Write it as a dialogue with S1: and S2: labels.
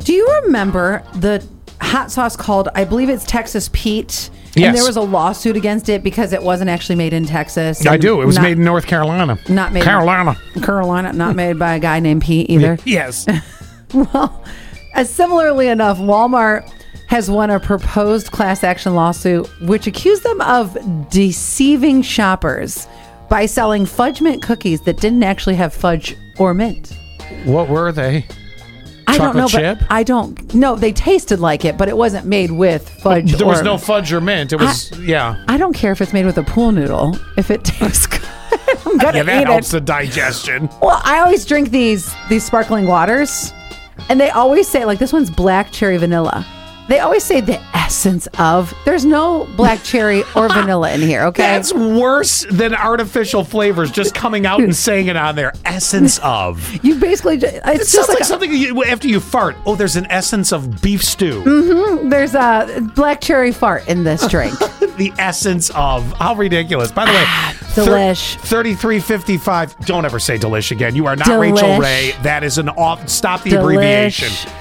S1: Do you remember the hot sauce called, I believe it's Texas Pete?
S2: Yes.
S1: And there was a lawsuit against it because it wasn't actually made in Texas.
S2: I
S1: and
S2: do. It was
S1: not-
S2: made in North Carolina.
S1: Not made in-
S2: Carolina.
S1: Carolina, not made by a guy named Pete either.
S2: Yes.
S1: Well, as similarly enough, Walmart has won a proposed class action lawsuit which accused them of deceiving shoppers by selling fudge mint cookies that didn't actually have fudge or mint.
S2: what were they?
S1: I don't
S2: Chocolate
S1: know,
S2: chip?
S1: but I don't. No, they tasted like it, but it wasn't made with fudge.
S2: There was
S1: or-
S2: no fudge or mint. It was yeah.
S1: I don't care if it's made with a pool noodle. If it tastes good, I'm gonna
S2: Yeah, that
S1: eat
S2: helps
S1: it.
S2: the digestion.
S1: Well, I always drink these these sparkling waters, and they always say like this one's black cherry vanilla. They always say the essence of. There's no black cherry or vanilla in here. Okay,
S2: That's worse than artificial flavors just coming out and saying it on there. Essence of.
S1: you basically ju- it's
S2: It sounds
S1: just
S2: like,
S1: like, a-
S2: something you, after you fart. Oh, there's an essence of beef stew.
S1: Hmm? there's a black cherry fart in this drink.
S2: The essence of. How ridiculous. By the way, thir-
S1: Ah, delish.
S2: 3355. Don't ever say delish again. You are not
S1: Delish.
S2: Rachel Ray. That is an off. Stop the
S1: Delish.
S2: abbreviation.